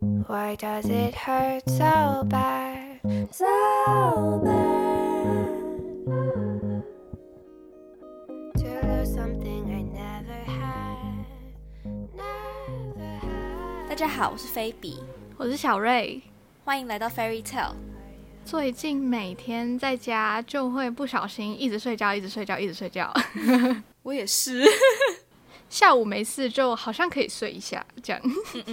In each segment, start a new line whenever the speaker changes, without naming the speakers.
Why does it hurt so bad?
So bad.
To lose something I never had. Never
大
had.
家好，我是菲比，
我是小瑞。
欢迎来到 Fairy Tale。
最近每天在家就会不小心一直睡觉，一直睡觉，一直睡觉。
我也是，
下午没事就好像可以睡一下，这样。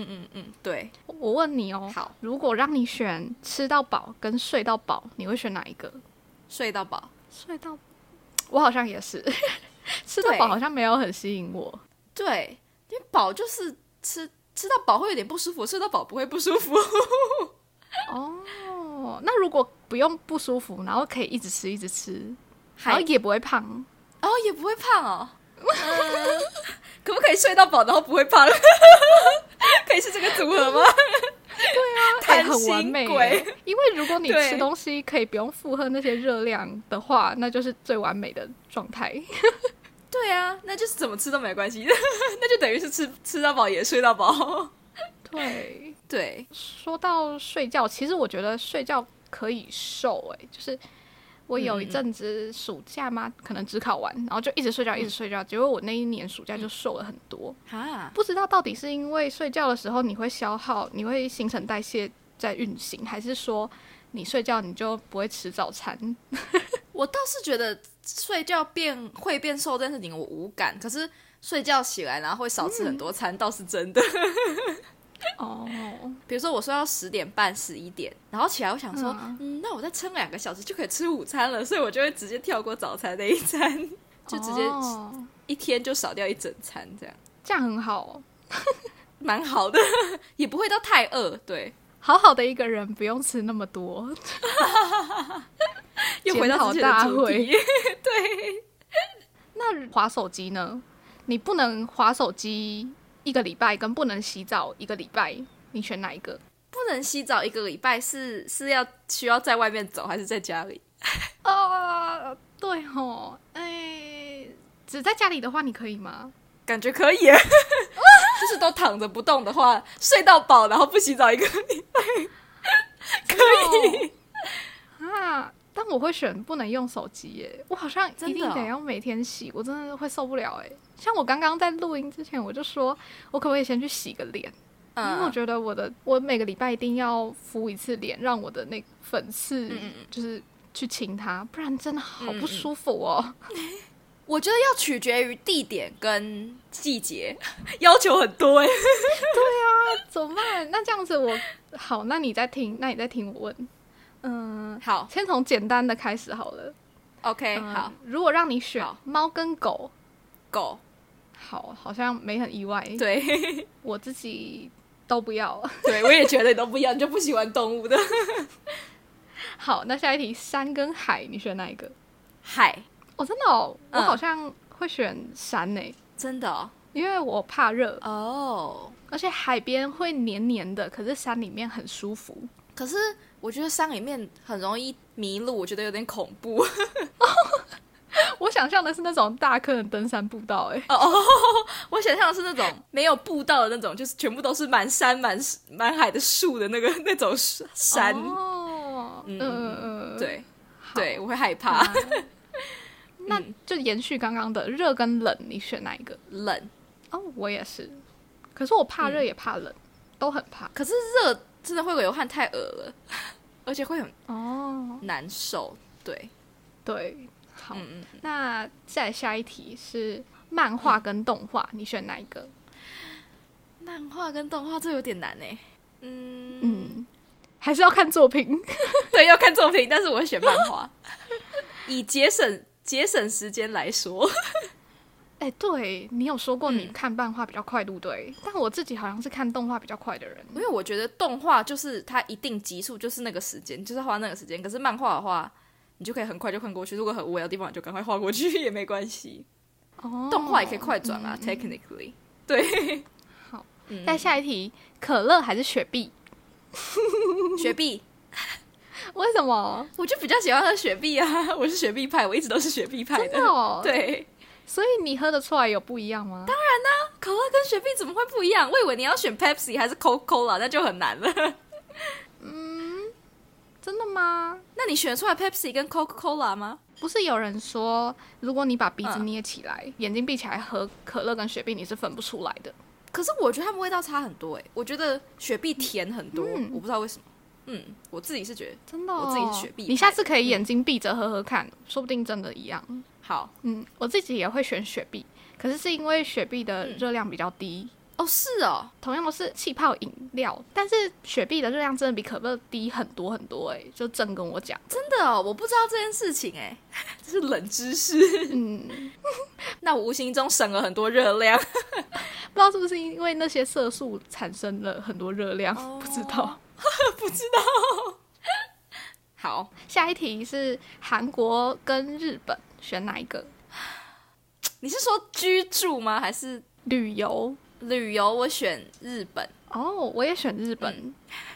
对，
我问你哦，
好，
如果让你选吃到饱跟睡到饱，你会选哪一个？
睡到饱。
睡到，我好像也是， 吃到
对
饱好像没有很吸引我。
对，因为饱就是吃吃到饱会有点不舒服，睡到饱不会不舒服。
哦，那如果不用不舒服，然后可以一直吃一直吃，
还
然后也不会胖，
哦也不会胖哦。嗯可不可以睡到饱，然后不会胖？ 可以是这个组合吗？
太
贪
哎很完
心
美
鬼
耶。因为如果你
对
吃东西可以不用负荷那些热量的话，那就是最完美的状态。
对啊，那就是怎么吃都没关系， 那就等于是吃吃到饱也睡到饱。
对，
对，
说到睡觉，其实我觉得睡觉可以瘦、哎，就是我有
嗯
一阵子暑假嘛，可能只考完，然后就一直
嗯
睡觉，一直睡觉，结果我那一年暑假就瘦了很多。
哈，
不知道到底是因为睡觉的时候你会消耗，你会新陈代谢在运行，还是说你睡觉你就不会吃早餐？
我倒是觉得睡觉变会变瘦这件事情我无感，可是睡觉起来然后会少吃很多餐、倒是真
嗯
的。
哦，
比如说我睡到十点半、十一点，然后起来我想说，嗯
嗯
那我再撑两个小时就可以吃午餐了，所以我就会直接跳过早餐那一餐， 就直接
哦
一天就少掉一整餐，这样
这样很好，哦
蛮好的， 也不会到太饿。对，
好好的一个人不用吃那么 多。
又回到之前
检讨
的
大
主
会
题。对，
那划手机呢？你不能划手机一个礼拜，跟不能洗澡一个礼拜，你选哪一个？
不能洗澡一个礼拜是是要需要在外面走还是在家里？
啊、对吼，哎，只在家里的话，你可以吗？
感觉可以 耶，就是都躺着不动的话，睡到饱，然后不洗澡一个礼拜，可以。
啊，但我会选不能用手机耶，我好像
真
一
的
定
哦
得要每天洗，我真的会受不了哎。像我刚刚在录音之前，我就说我可不可以先去洗个脸，因为我
嗯，
觉得我的我每个礼拜一定要敷一次脸，让我的那个粉刺
嗯嗯
就是去清它，不然真的好
嗯嗯
不舒服哦。
我觉得要取决于地点跟季节，要求很多哎。
怎么办？那这样子我好，那你再听，那你再听我问。嗯，
好
先从简单的开始好了。
，OK，
嗯
好，，
如果让你选
好
猫跟狗，
狗，
好，好像没很意外。，
对，
我自己都不要。
对我也觉得你都不一样，你就不喜欢动物的
好，那下一题，山跟海，你选哪一个？
海，
我、真的哦，我
嗯
好像会选山呢、
真的哦
因为我怕热，
哦。
而且海边会黏黏的，可是山里面很舒服。
可是我觉得山里面很容易迷路，我觉得有点恐怖。
我想象的是那种大坑的登山步道、欸，哎，
哦，我想象的是那种没有步道的那种，就是全部都是满山满满海的树的那个那种山。
哦，
嗯
嗯
嗯
嗯嗯，
对
好
对，我会害怕、
啊那就延续刚刚的热跟冷，你选哪一个？
冷，
哦，我也是，可是我怕
嗯
热也怕冷，都很怕。
可是热真的会流汗，太恶了，而且会很
哦，
难受。对，
对，好，
嗯嗯，
那再下一题是漫画跟动画，
嗯
你选哪一个？
漫画跟动画这有点难哎。嗯，
嗯，还是要看作 品。
对，要看作品，但是我会选漫画，以节省节省时间来说。
哎、对你有说过你
嗯
看漫画比较快，对不对？但我自己好像是看动画比较快的人。
因为我觉得动画就是它一定集数就是那个时间，就是花那个时间。可是漫画的话，你就可以很快就看过去。如果很无聊的地方，你就赶快划过去 也没关系。
哦，嗯
动画也可以快转啊、t e c h n i c a l l y 对，
好，
嗯
再下一题，可乐还是雪碧？
雪碧，
为什么？
我就比较喜欢喝雪碧啊，我是雪碧派，我一直都是雪碧派
真的哦，
对，
所以你喝得出来有不一样吗？当然，
可乐跟雪碧怎么会不一样？我以为你要选 Pepsi 还是 Coca-Cola，那就很难了。
真的吗？
那你选得出来 Pepsi 跟 Coca-Cola 吗？
不是有人说，如果你把鼻子
嗯
捏起来，眼睛闭起来喝可乐跟雪碧，你是分不出来的。
可是我觉得它们味道差很多哎、我觉得雪碧甜很多，
嗯
我不知道为什么。嗯，我自己是觉得
真的、哦
我自己是雪碧
你下
派嗯
次可以眼睛闭着喝喝看，说不定真的一样。
好
嗯，我自己也会选雪碧，可是是因为雪碧的
嗯
热量比较低，
哦，是哦，
同样都是气泡饮料，但是雪碧的热量真的比可乐低很多很多、欸。哎，就正跟我讲，
真的哦，我不知道这件事情哎、 这是冷知识。
嗯，
那我无形中省了很多热量。
不知道是不是因为那些色素产生了很多热量，不知道。
好，
下一题是韩国跟日本选哪一个？
你是说居住吗？还是
旅游
旅游？我选日本。
哦，我也选日本，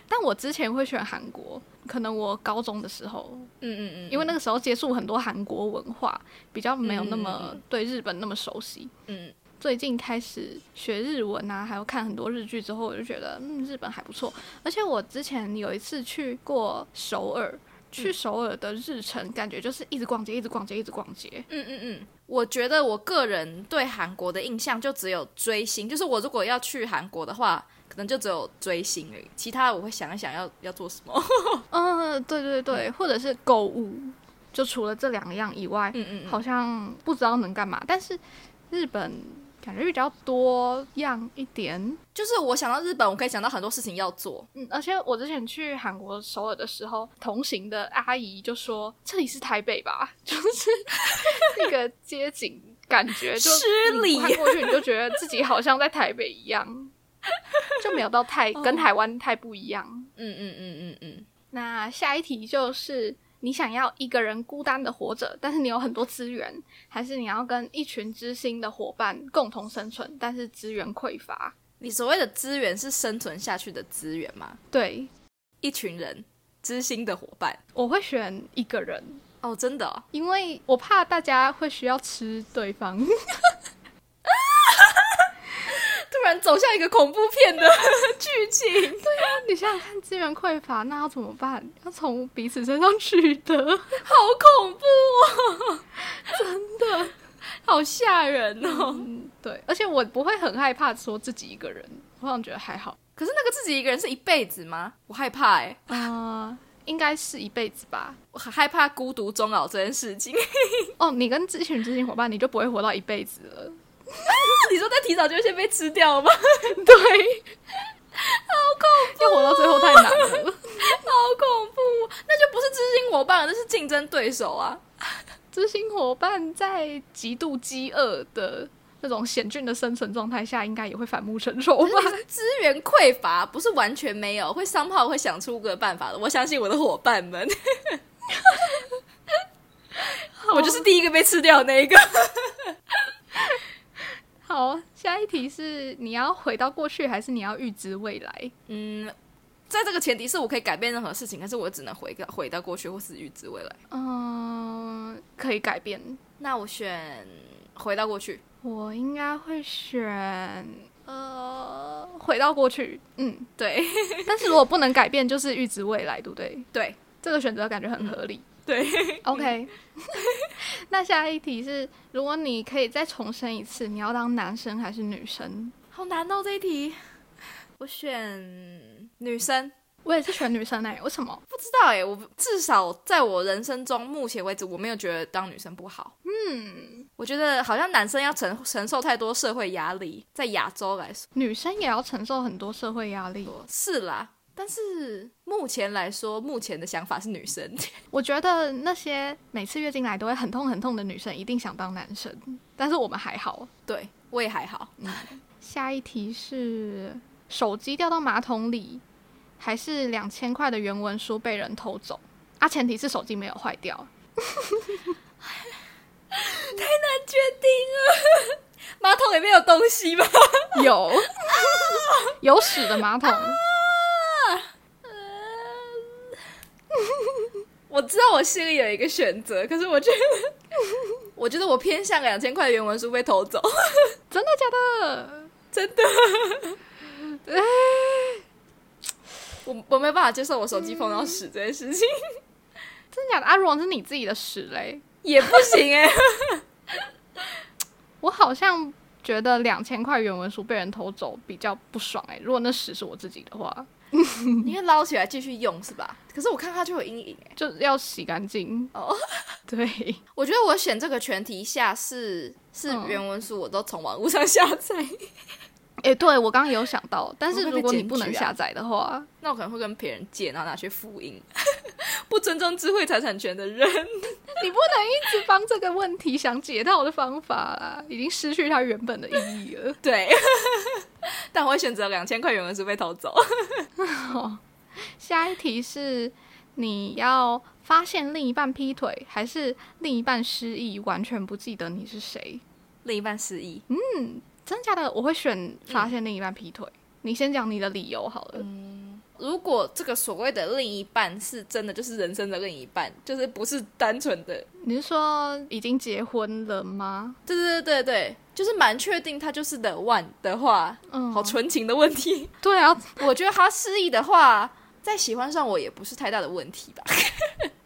但我之前会选韩国，可能我高中的时候
嗯嗯嗯，
因为那个时候接触很多韩国文化，比较没有那
嗯嗯
么
嗯
对日本那么熟悉。
嗯，
最近开始学日文啊，还有看很多日剧之后，我就觉得嗯，日本还不错。而且我之前有一次去过首尔，去首尔的日程感觉就是一直逛街，一直逛街，一直逛街。
嗯嗯嗯，我觉得我个人对韩国的印象就只有追星，就是我如果要去韩国的话，可能就只有追星而已，其他的我会想一想要要做什么。
嗯、对对对，或者是购物，就除了这两样以外，
嗯嗯嗯，
好像不知道能干嘛。但是日本感觉比较多样一点。
就是我想到日本，我可以想到很多事情要做。
嗯，而且我之前去韩国首尔的时候，同行的阿姨就说：“这里是台北吧？” 就是那个街景感觉就
失
你
礼
看过去你就觉得自己好像在台北一样，就没有 到太
哦
跟台湾太不一样。
嗯嗯嗯嗯嗯，
那下一题就是。你想要一个人孤单的活着，但是你有很多资源，还是你要跟一群知心的伙伴共同生存，但是资源匮乏？
你所谓的资源是生存下去的资源吗？
对，
一群人，知心的伙伴。
我会选一个人，
哦，真的、哦，
因为我怕大家会需要吃对方。
突然走向一个恐怖片的 剧情。
你想想看，资源匮乏，那要怎么办？要从彼此身上取得。
好恐怖哦！ 真的，好吓人哦！
嗯，对，而且我不会很害怕说自己一个人，我好像觉得还好。
可是那个自己一个人是一辈子吗？我害怕哎、
啊、应该是一辈子吧。
我很害怕孤独终老这件事情。
哦，你跟一群知心伙伴，你就不会活到一辈子了。
你说在提早就会先被吃掉 吗？
对，好恐怖、要活到最后太难了。
好恐怖，那就不是知心伙伴了，那是竞争对手啊！
知心伙伴在极度饥饿的那种险峻的生存状态下，应该也会反目成仇吧？
资源匮乏不是完全没有，会商炮会想出个办法的。我相信我的伙伴们，我就是第一个被吃掉的那一个。
好，下一题是你要回到过去，还是你要预知未来？
嗯，在这个前提是我可以改变任何事情，但是我只能回到回到过去或是预知未来。
嗯、可以改变。
那我选回到过去。
我应该会选呃，回到过去。嗯，
对
但是如果不能改变，就是预知未来，对不对？嗯
对
这个选择感觉很合理。
对，
OK，那下一题是，如果你可以再重生一次，你要当男生还是女生？
好难哦这一题。我选女生，
我也是选女生哎、为什么？
不知道哎，我至少在我人生中目前为止，我没有觉得当女生不好。
嗯，
我觉得好像男生要承承受太多社会压力，在亚洲来说
女生也要承受很多社会压力。
是啦，但是目前来说，目前的想法是女生。
我觉得那些每次月经来都会很痛很痛的女生，一定想当男生，但是我们还好。
对我也还好，
下一题是手机掉到马桶里，还是两千块的原文书被人偷走？啊，前提是手机没有坏掉。
决定了。 马桶里面有东西吧？
有 有屎的马桶，
我知道我心里有一个选择，可是我觉得 我觉得我偏向两千块的原文书被偷走，
真的假的？
我我没办法接受我手机碰到屎这件事情，
真的假的？啊，如果是你自己的屎嘞，
也不行哎、
我好像觉得两千块原文书被人偷走比较不爽哎、如果那屎是我自己的话，
你会捞起来继续用是吧？可是我看它就有阴影哎、
就要洗干净
哦。
对，
我觉得我选这个前提下是是
嗯
原文书，我都从网络上下载，
哎、对我刚刚有想到，但
会
是
不会被
如果你
检举
不能
啊
下载的话，
那我可能会跟别人借，然后拿去复印， 不尊重智慧财产权的人。
你不能
啊
一直帮这个问题想解套的方法 啦，已经失去它原本的意义了。
对， 但我会选择两千块原文书被偷走。
下一题是你要发现另一半劈腿，还是另一半失忆，完全不记得你是谁？
另一半失忆，
真假的，我会选
嗯
发现另一半劈腿。你先讲你的理由好了。
如果这个所谓的另一半是真的，就是人生的另一半，就是不是单纯的，
你是说已经结婚了吗？
对对对对对，就是蛮确定他就是 the one 的话，
嗯，
好纯情的问题。
对啊，
我觉得他失忆的话，再喜欢上我也不是太大的问题吧。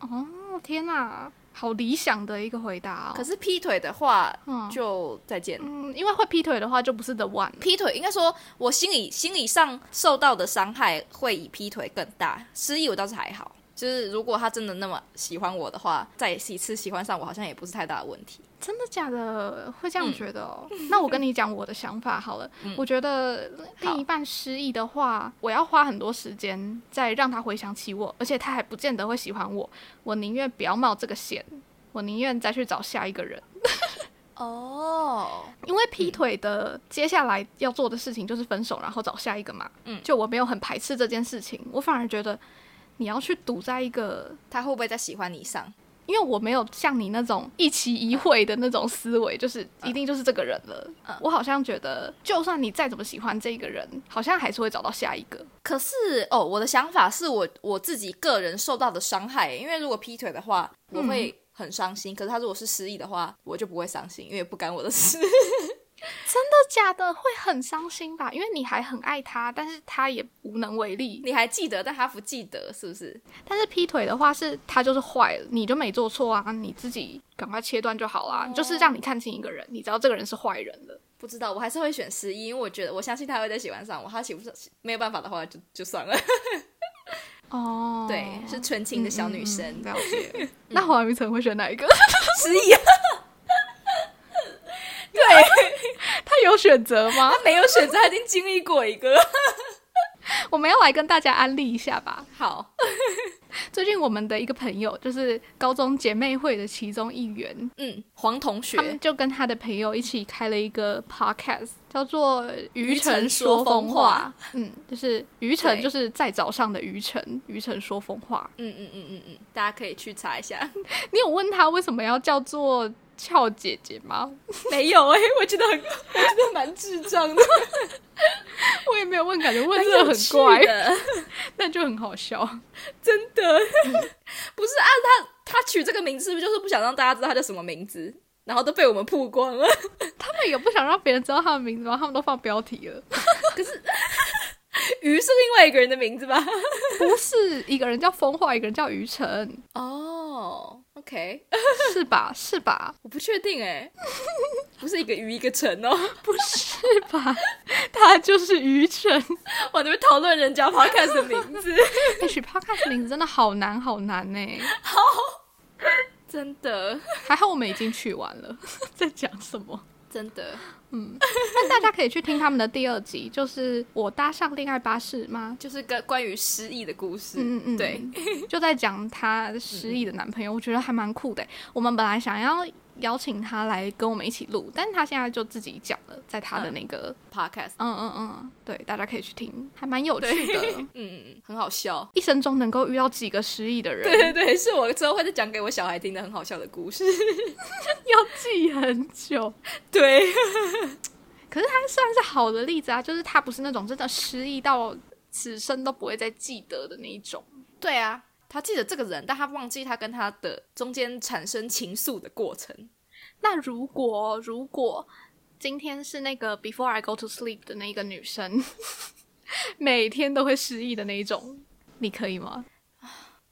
哦天哪、好理想的一个回答哦。
可是劈腿的话，
嗯
就再见。
嗯，因为会劈腿的话就不是 the one 了
劈腿应该说，我心理心理上受到的伤害会比劈腿更大。失忆我倒是还好，就是如果他真的那么喜欢我的话，再一次喜欢上我好像也不是太大的问题。
真的假的？会这样
嗯
觉得哦？那我跟你讲我的想法好了。我觉得另一半失忆的话，我要花很多时间再让他回想起我，而且他还不见得会喜欢我。我宁愿不要冒这个险，我宁愿再去找下一个人。
哦，
因为劈腿的接下来要做的事情就是分手，然后找下一个嘛。
嗯
就我没有很排斥这件事情，我反而觉得你要去赌在一个
他会不会再喜欢你上？
因为我没有像你那种一期一会的那种思维，就是一定就是这个人了。我好像觉得，就算你再怎么喜欢这个人，好像还是会找到下一个。
可是哦，我的想法是我我自己个人受到的伤害，因为如果劈腿的话，我
嗯
会很伤心。可是他如果是失忆的话，我就不会伤心，因 为不干我的事。
真的假的？会很伤心吧？因为你还很爱他，但是他也无能为力。
你还记得，但他不记得，是不是？
但是劈腿的话是，他就是坏了，你就没做错啊，你自己赶快切断就好啦。就是让你看清一个人，你知道这个人是坏人了。
不知道，我还是会选失忆，因为我觉得我相信他会再喜欢上我。他喜不上，没有办法的话就就算了。
哦嗯
对， 是纯情的小女生，
了解。那黄雨辰会选哪一个？
失忆、啊，
他有选择吗？
他没有选择，他已经经历过一个。
我们要来跟大家安利一下吧。
好，
最近我们的一个朋友，就是高中姐妹会的其中一员，
嗯，黄同
他们
学，
就跟他的朋友一起开了一个 podcast，叫做《
余
余
晨
晨
说
说
疯
疯
话
话》。嗯，就是余晨，
对
就是在早上的余晨，余晨说疯话。
嗯嗯嗯嗯嗯，大家可以去查一下。
你有问他为什么要叫做俏姐姐吗？
没有哎、我觉得很，我觉得蛮智障的，
我也没有问，感觉问
蛮
这个
有
很
趣
怪，
的，
但就很好笑。
真的。 不是啊，他他取这个名字是不是就是不想让大家知道他叫什么名字？然后都被我们曝光了，
他们也不想让别人知道他的名字吗？他们都放标题了。
鱼是另外一个人的名字吧？
不是一个人叫风话，一个人叫余晨，
哦、o k
是吧？是吧？
我不确定哎、 不是一个鱼一个城哦。
不 是吧？ 他就是愚蠢。
我这边讨论人家 podcast 的名字，
也哎许 podcast 名字真的好难好难呢、
真的
还好我们已经取完了， 在讲什么？
真的，
但大家可以去听他们的第二集，就是我搭上恋爱巴士吗？
就是个关于失忆的故事。
嗯嗯，
对，
就在讲她失忆的男朋友，我觉得还蛮酷的欸、我们本来想要邀请他来跟我们一起录，但他现在就自己讲了，在他的那个，
podcast，
嗯嗯嗯，对，大家可以去听，还蛮有趣的。
嗯，很好笑。
一生中能够遇到几个失忆的人，
对对 对，是我之后会再讲给我小孩听的很好笑的故事。
要记很久。
对，
可是它算是好的例子啊，就是它不是那种真的失忆到此生都不会再记得的那一种。
对啊，他记得这个人，但他忘记他跟他的中间产生情愫的过程。
那如果如果今天是那个 Before I Go to Sleep 的那一个女生， 每天都会失忆的那一种，你可以吗？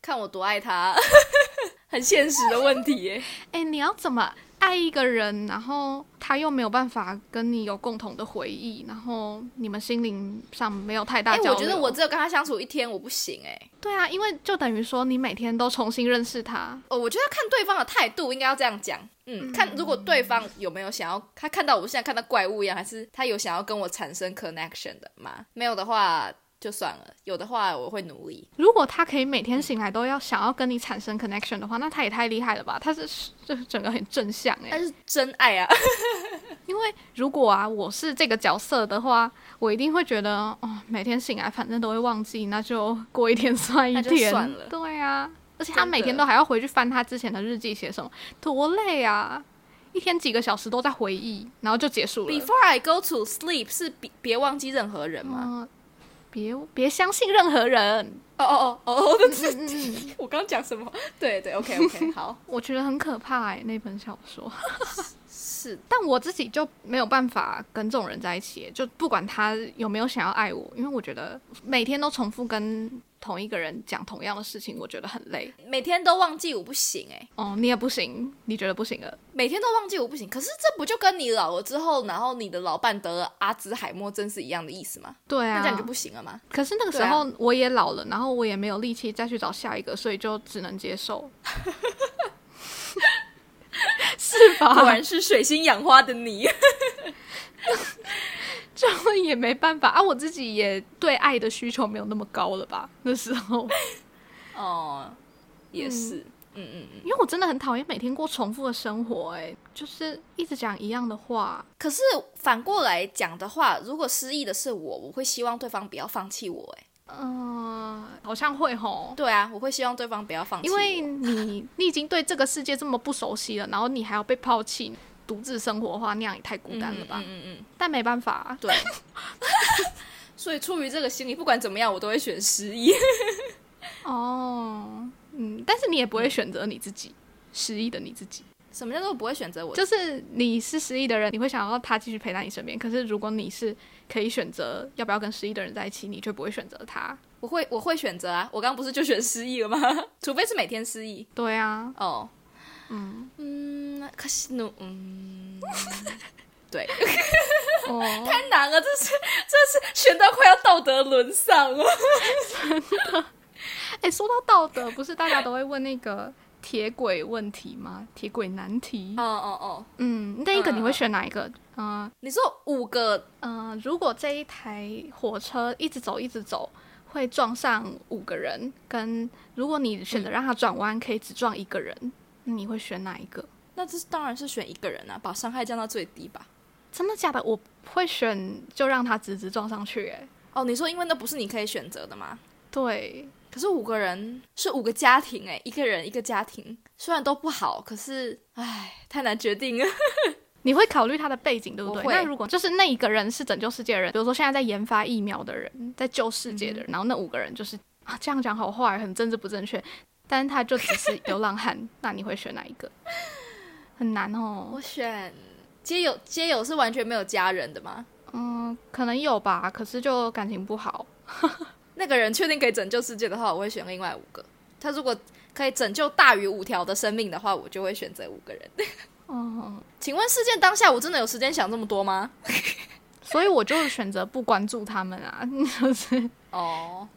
看我多爱他， 很现实的问题耶。
哎、你要怎么爱一个人，然后他又没有办法跟你有共同的回忆，然后你们心灵上没有太大
哎、
交流？
我觉得我只有跟他相处一天，我不行哎、
对啊，因为就等于说你每天都重新认识他。
哦，我觉得看对方的态度应该要这样讲，嗯，看如果对方有没有想要，他看到我现在看到怪物一样，还是他有想要跟我产生 connection 的吗？没有的话就算了，有的话我会努力。
如果他可以每天醒来都要想要跟你产生 connection 的话，那他也太厉害了吧？他是就整个很正向哎、
但是真爱啊，
因为如果啊我是这个角色的话，我一定会觉得哦，每天醒来反正都会忘记，那就过一天算一
那就
天，
算了
对啊，而且他
真的
每天都还要回去翻他之前的日记写什么，多累啊！一天几个小时都在回忆，然后就结束了。
Before I go to sleep 是别别忘记任何人吗？
嗯别别相信任何人，
哦哦哦哦，那
嗯嗯嗯
是 我刚讲什么？对对，OK OK，好，
我觉得很可怕哎、那本小 说。
是
但我自己就没有办法跟这种人在一起欸、就不管他有没有想要爱我，因为我觉得每天都重复跟同一个人讲同样的事情，我觉得很累。
每天都忘记我不行哎、
哦，你也不行，你觉得不行了？
每天都忘记我不行。可是这不就跟你老了之后，然后你的老伴得了阿兹海默症是一样的意思吗？
对
那
啊
这，样你就不啊行了吗？
可是那个时候我也老了，然后我也没有力气再去找下一个，所以就只能接受， 是
果
吧？
然是水星养花的你，
就也没办法啊，我自己也对爱的需求没有那么高了吧？那时候。
哦，也是，嗯嗯嗯。
因为我真的很讨厌每天过重复的生活、哎，就是一直讲一样的话。
可是反过来讲的话，如果失忆的是我，我会希望对方不要放弃我、哎，
嗯、好像会吼，
对啊，我会希望对方不要放弃
因
我，
为你你已经对这个世界这么不熟悉了，然后你还要被抛弃，独自生活的话，那样也太孤单了吧？
嗯嗯嗯嗯，
但没办法啊、
对。所以出于这个心理，不管怎么样，我都会选失忆。
哦，嗯，但是你也不会选择你自己。失忆的你自己，
什么叫做不会选择我？
就是你是失忆的人，你会想要他继续陪在你身边。可是如果你是可以选择要不要跟失忆的人在一起，你就不会选择他。
我会我会选择啊，我刚刚不是就选失忆了吗？ 除非是每天失忆
对啊，
哦。
嗯，
嗯，可惜呢，嗯，
哦，
太难了，这是这是选到快要道德沦丧 了。
哎、说到道德，不是大家都会问那个铁轨问题吗？铁轨难题。
哦哦哦，
嗯，那一个
嗯
你会选哪一个？嗯
你说五个
嗯、呃如果这一台火车一直走一直走，会撞上五个人，跟如果你选择让它转弯，可以只撞一个人，你会选哪一个？
那这当然是选一个人啊，把伤害降到最低吧。
真的假的？我会选就让它直直撞上去、哎，
哦，你说因为那不是你可以选择的吗？
对，
可是五个人是五个家庭哎、一个人一个家庭，虽然都不好，可是唉，太难决定了。
你会考虑他的背景，对不对
我？会
那如果就是那一个人是拯救世界的人，比如说现在在研发疫苗的人，在救世界
嗯
的人，然后那五个人就是啊，这样讲好坏，很政治不正确，但是他就只是流浪汉，那你会选哪一个？ 很难哦
我，选街友，街友是完全没有家人的吗？
嗯，可能有吧，可是就感情不好，
那个人确定可以拯救世界的话，我会选另外五个。他如果可以拯救大于五条的生命的话，我就会选择五个人。
嗯，
请问事件当下，我真的有时间想这么多吗？
所以我就选择不关注他们啊， 就是
哦，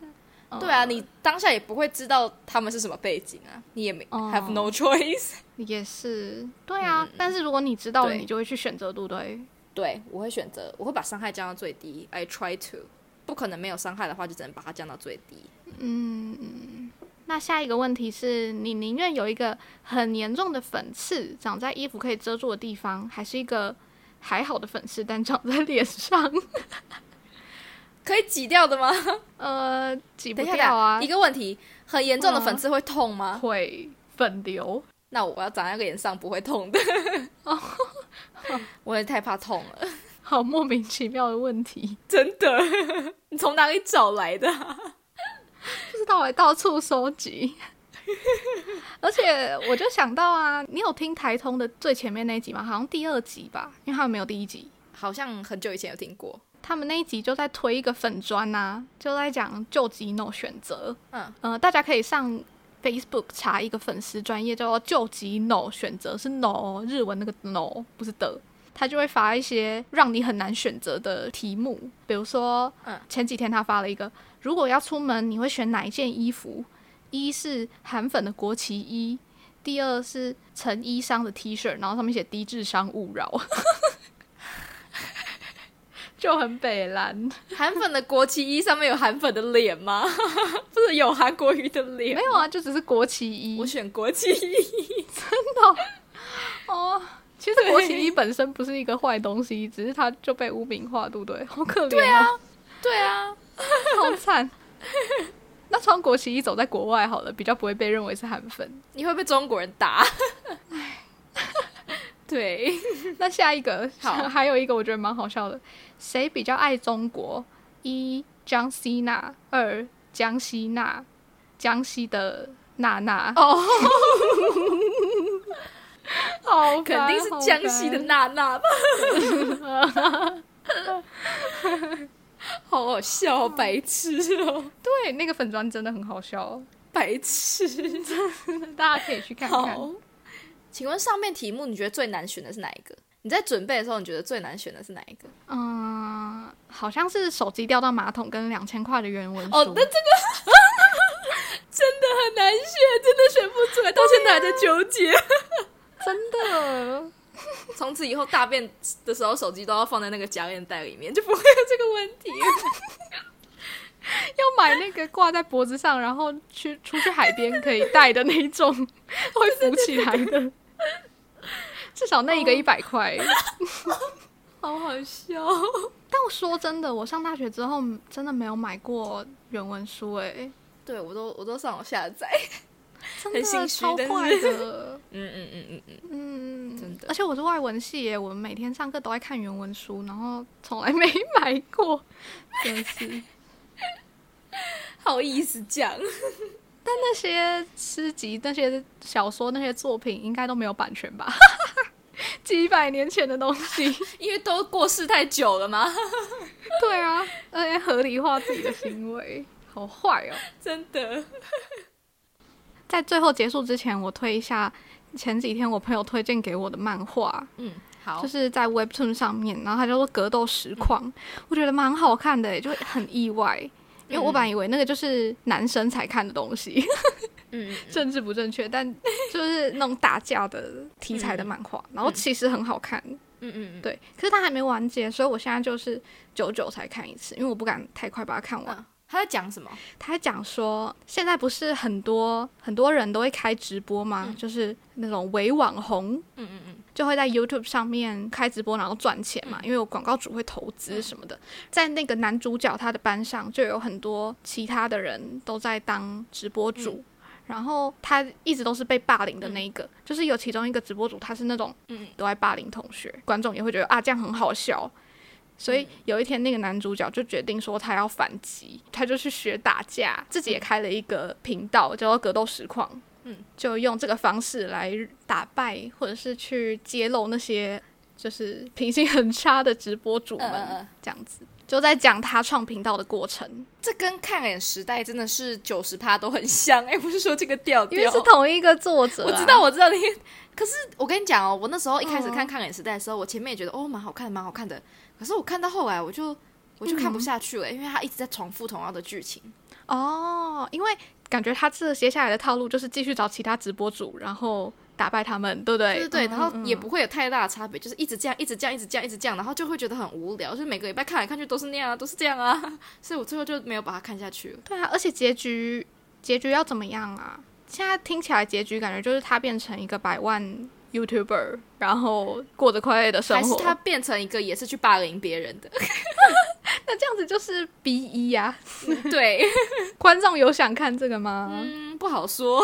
对啊，你当下也不会知道他们是什么背景啊，你也没、
哦
have no choice。
也是对啊，但是如果你知道了，
嗯对
你就会去选择，对不对？
对，我会选择，我会把伤害降到最低。I try to，不可能没有伤害的话，就只能把它降到最低。
那下一个问题是你宁愿有一个很严重的粉刺长在衣服可以遮住的地方，还是一个还好的粉刺但长在脸上？
可以挤掉的 吗？
呃，挤不
等一下，
掉啊
一，个问题，很严重的粉刺会痛吗？
会粉瘤。
那我要长在脸上不会痛的。哦 我也太怕痛了，
好莫名其妙的问题，
真的。你从哪里找来的啊、
欸不知道我到处收集。 而且我就想到啊，你有听台通的最前面那一集吗？好像第二集吧，因为他们没有第一集。
好像很久以前有听过。
他们那一集就在推一个粉砖呐、就在讲救急 no 选择。
嗯
呃，大家可以上 Facebook 查一个粉丝专业叫做救急 no 选择，是 no 哦日文那个 no 不是的。他就会发一些让你很难选择的题目，比如说，
嗯
前几天他发了一个，如果要出门，你会选哪一件衣服？一是韩粉的国旗衣，第二是陈医商的 T 恤，然后上面写低智商勿扰， 就很北蓝。
韩粉的国旗衣上面有韩粉的脸吗？ 不是有韩国瑜的脸
没？有啊，就只是国旗衣
我。选国旗衣。
哦，其实国旗衣本身不是一个坏东西，只是它就被污名化，对不对？好可怜、对啊，
对啊，
好惨。那穿国旗衣走在国外好了，比较不会被认为是韩粉。
你会被中国人打。对，
那下一个，
好
还有一个我觉得蛮好笑的，谁比较爱中国？一江西娜，二江西娜，江西的娜娜。
哦，
哦 好烦，
肯定是江西的娜娜吧？哦 好好笑哦，白痴哦，
好烦。对，那个粉砖真的很好笑，哦
白痴。
大家可以去看看。
好，请问上面题目你觉得最难选的是哪一个？你在准备的时候，你觉得最难选的是哪一个？
嗯，好像是手机掉到马桶跟两千块的原文书。
哦，那这个 真的很难选，真的选不出来，到现在还在纠 结。
真的，
从此以后，大便的时候手机都要放在那个夹链袋里面，就不会有这个问 题。
要买那个挂在脖子上，然后去出去海边可以带的那一种， 会浮起来的。哦至少那一个一百 块。
好好笑。
但我说真的，我上大学之后真的没有买过原文书、欸，
对我都我都上网下载。
真的
很心虚
超
但是
怪的。
嗯嗯嗯嗯嗯，
嗯，
真的
而且我是外文系耶，我们每天上课都在看原文书，然后从来没买过，真是。
好意思讲。
那些诗集、那些小说、那些作品，应该都没有版权吧？ 几百年前的东西，
因为都过世太久了嘛，
对啊，而且合理化自己的行为，好坏哦。
真的。
在最后结束之前，我推一下前几天我朋友推荐给我的漫画，
嗯，好
就，是在 Webtoon 上面，然后它叫做《格斗实况》，我觉得蛮好看的耶，欸就很意外，因为我本来以为那个就是男生才看的东西，
嗯，
政治不正确，但就是那种打架的题材的漫画，然后其实很好看，
嗯嗯嗯，
对。可是它还没完结，所以我现在就是久久才看一次，因为我不敢太快把它看完。
嗯他在讲什么？
他还讲说，现在不是很多很多人都会开直播吗？就是那种伪网红，
嗯嗯嗯，
就会在 YouTube 上面开直播，然后赚钱嘛，因为有广告主会投资
嗯
什么的。在那个男主角他的班上，就有很多其他的人都在当直播主。
嗯
然后他一直都是被霸凌的那一个，就是有其中一个直播主，他是那种
嗯
都在霸凌同学，观众也会觉得啊这样很好笑，所以有一天那个男主角就决定说他要反击，他就去学打架，自己也开了一个频道叫做格斗实况，
嗯，
就用这个方式来打败或者是去揭露那些就是品性很差的直播主们，
嗯嗯嗯
这样子就在讲他创频道的过程，
这跟《看脸时代》真的是九十趴都很像。哎、不是说这个调
因为
调，
是同一个作者、啊
我知道，。我知道你。可是我跟你讲哦，我那时候一开始看《看脸时代》的时候，我前面也觉得哦，蛮好看的，蛮好看的。可是我看到后来，我就我就看不下去了，
嗯
因为他一直在重复同样的剧情。
哦，因为感觉他这接下来的套路就是继续找其他直播主，然后打败他们，对不对？
对对对，
嗯
然后
嗯
也不会有太大的差别，就是一直这样，一直这样，一直这样，一直这样，然后就会觉得很无聊，就是每个礼拜看来看去都是那样啊，都是这样啊，所以我最后就没有把它看下去了。
对啊，而且结局结局要怎么样啊？现在听起来结局感觉就是他变成一个百万 YouTuber，然后过着快乐的生
还是
活。
他变成一个也是去霸凌别人的？
那这样子就是 B 一 呀、
对，
观众有想看这个吗？
嗯，不好说。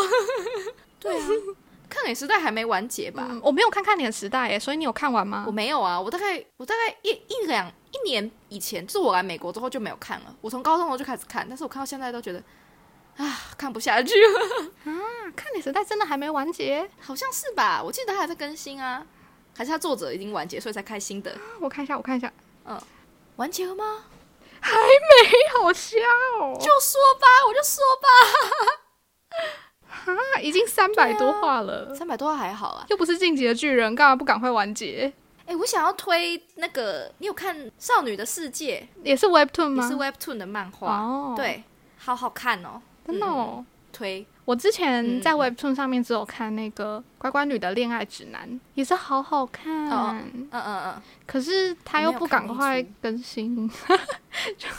对啊， 看脸时代还没完结吧？
嗯我没有看《看脸时代》耶，所以你有看完吗
我？没有啊，我大概我大概一一两一年以前，就是我来美国之后就没有看了。我从高中我就开始看，但是我看到现在都觉得，唉，啊，看不下去 了，
看你时代真的还没完结，
好像是吧？我记得它还在更新啊，还是它作者已经完结，所以才开新的？
啊我看一下，我哎看一下，
完结了吗？
你好笑哦，
就说吧，我就说吧。
啊，已经三百多话了，
三百多话还好啊。
又不是进击的巨人，干嘛不赶快完结？
哎、我想要推那个，你有看《少女的世界
也是 Webtoon》？
也
吗？
是 Webtoon 的漫画，
哦，，
对，好好看哦，
真的哦。
推。
我之前在
嗯
Webtoon 上面只有看那个《乖乖女的恋爱指南》，也是好好看，
哦嗯嗯嗯，
可是他又不赶快
我没有看那一
更新，
还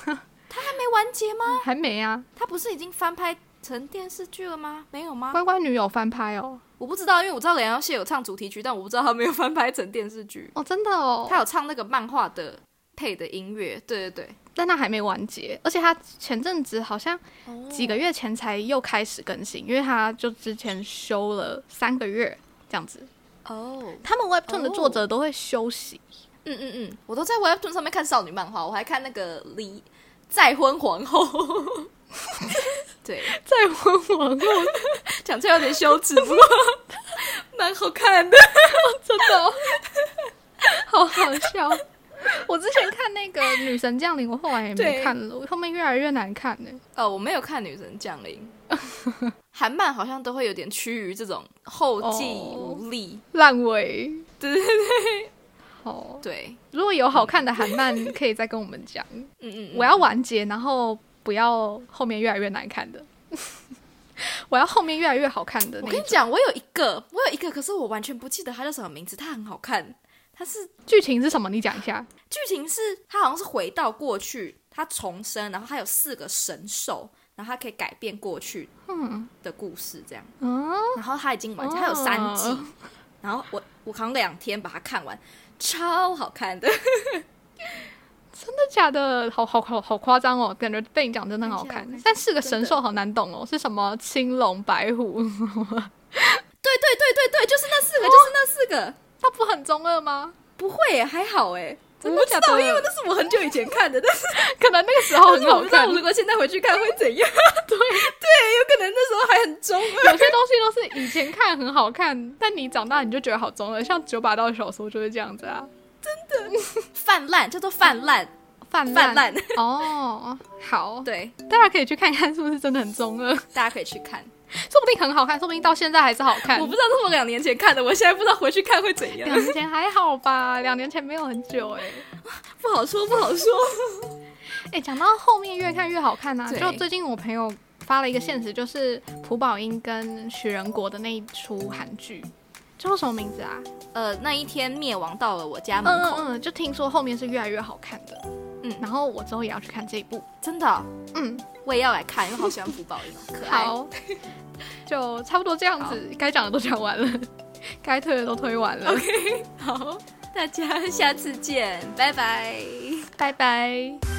没哎完结吗？
还没啊。
它不是已经翻拍成电视剧了吗？没有吗？
乖乖女有翻拍哦，
我不知道，因为我知道梁耀谢有唱主题曲，但我不知道他没有翻拍成电视剧。
哦，真的哦，
他有唱那个漫画的配的音乐，对对
但他还没完结，而且他前阵子好像
对，
几个月前才又开始更新，因为他就之前休了三个月这样子。
哦，
他们 Webtoon 的
哦
作者都会休息，
嗯嗯嗯，我都在 Webtoon 上面看少女漫画，我还看那个离再婚皇后。 对，
再婚完后
讲出来有点羞耻，不过蛮好看的。
真的哦、 好好笑。我之前看那个《女神降临》，我后来也没
对
看了，我后面越来越难看欸呢、
哦，我没有看《女神降临》，韩漫好像都会有点趋于这种后继
哦
无力。
烂尾。
对
对对。好，
对，
如果有好看的韩漫，可以再跟我们讲。
嗯嗯，嗯
我要完结，然后不要后面越来越难看的。 我要后面越来越好看的
我
那
跟你
种
讲，我有一个，我有一个，可是我完全不记得它叫什么名字。它很好看，它是
剧情是什么？你讲一下。
剧情是它好像是回到过去，它重生，然后它有四个神兽，然后它可以改变过去
嗯
的故事这样。
嗯，
然后它已经完结，
哦
它有三季，然后我我好像两天把它看完，超好看的，
真的假的？好好好好夸张哦，感觉被你讲真的很好
看
看
起来我看起来。
但是个神兽好难懂哦，是什么青龙 白虎？
对对对对对，就是那四个，就是那四个，
它不很中二吗？
不会耶还好哎，
真的
我不知
假
道，
的
因为那是我很久以前看的，但是
可能那个时候很
我
好
不知道
看，有
如果现在回去看会怎样， 对对，有可能那时候还很中二，
些东西都是以前看很好看，但你长大你就觉得好中二。像九把刀的小说就是这样子啊，
泛滥叫做泛滥，
泛
泛
滥
滥，
哦。好，
对，
大家可以去看看是不是真的很中二，说
大家可以去看。
不定很好看，说不定到现在还是好看。
我不知道这是我两年前看的，我现在不知道回去看会怎样，
两年前还好吧，两年前没有很久哎、
不好说，不好说。
哎、讲到后面越看越好看呐、
对
就最近我朋友发了一个现实，就是朴宝英跟许仁国的那一出韩剧，叫什么名字啊？
呃，那一天灭亡到了我家
嗯
门
嗯
口，
嗯，就听说后面是越来越好看的。
嗯
然后我之后也要去看这一部。
真的哦、
嗯，
我也要来看，因为好喜欢朴宝英哦，可爱。
好， 就差不多这样子，该讲的都讲完了， 该推的都推完了，
好，大家下次见，拜拜。
拜拜。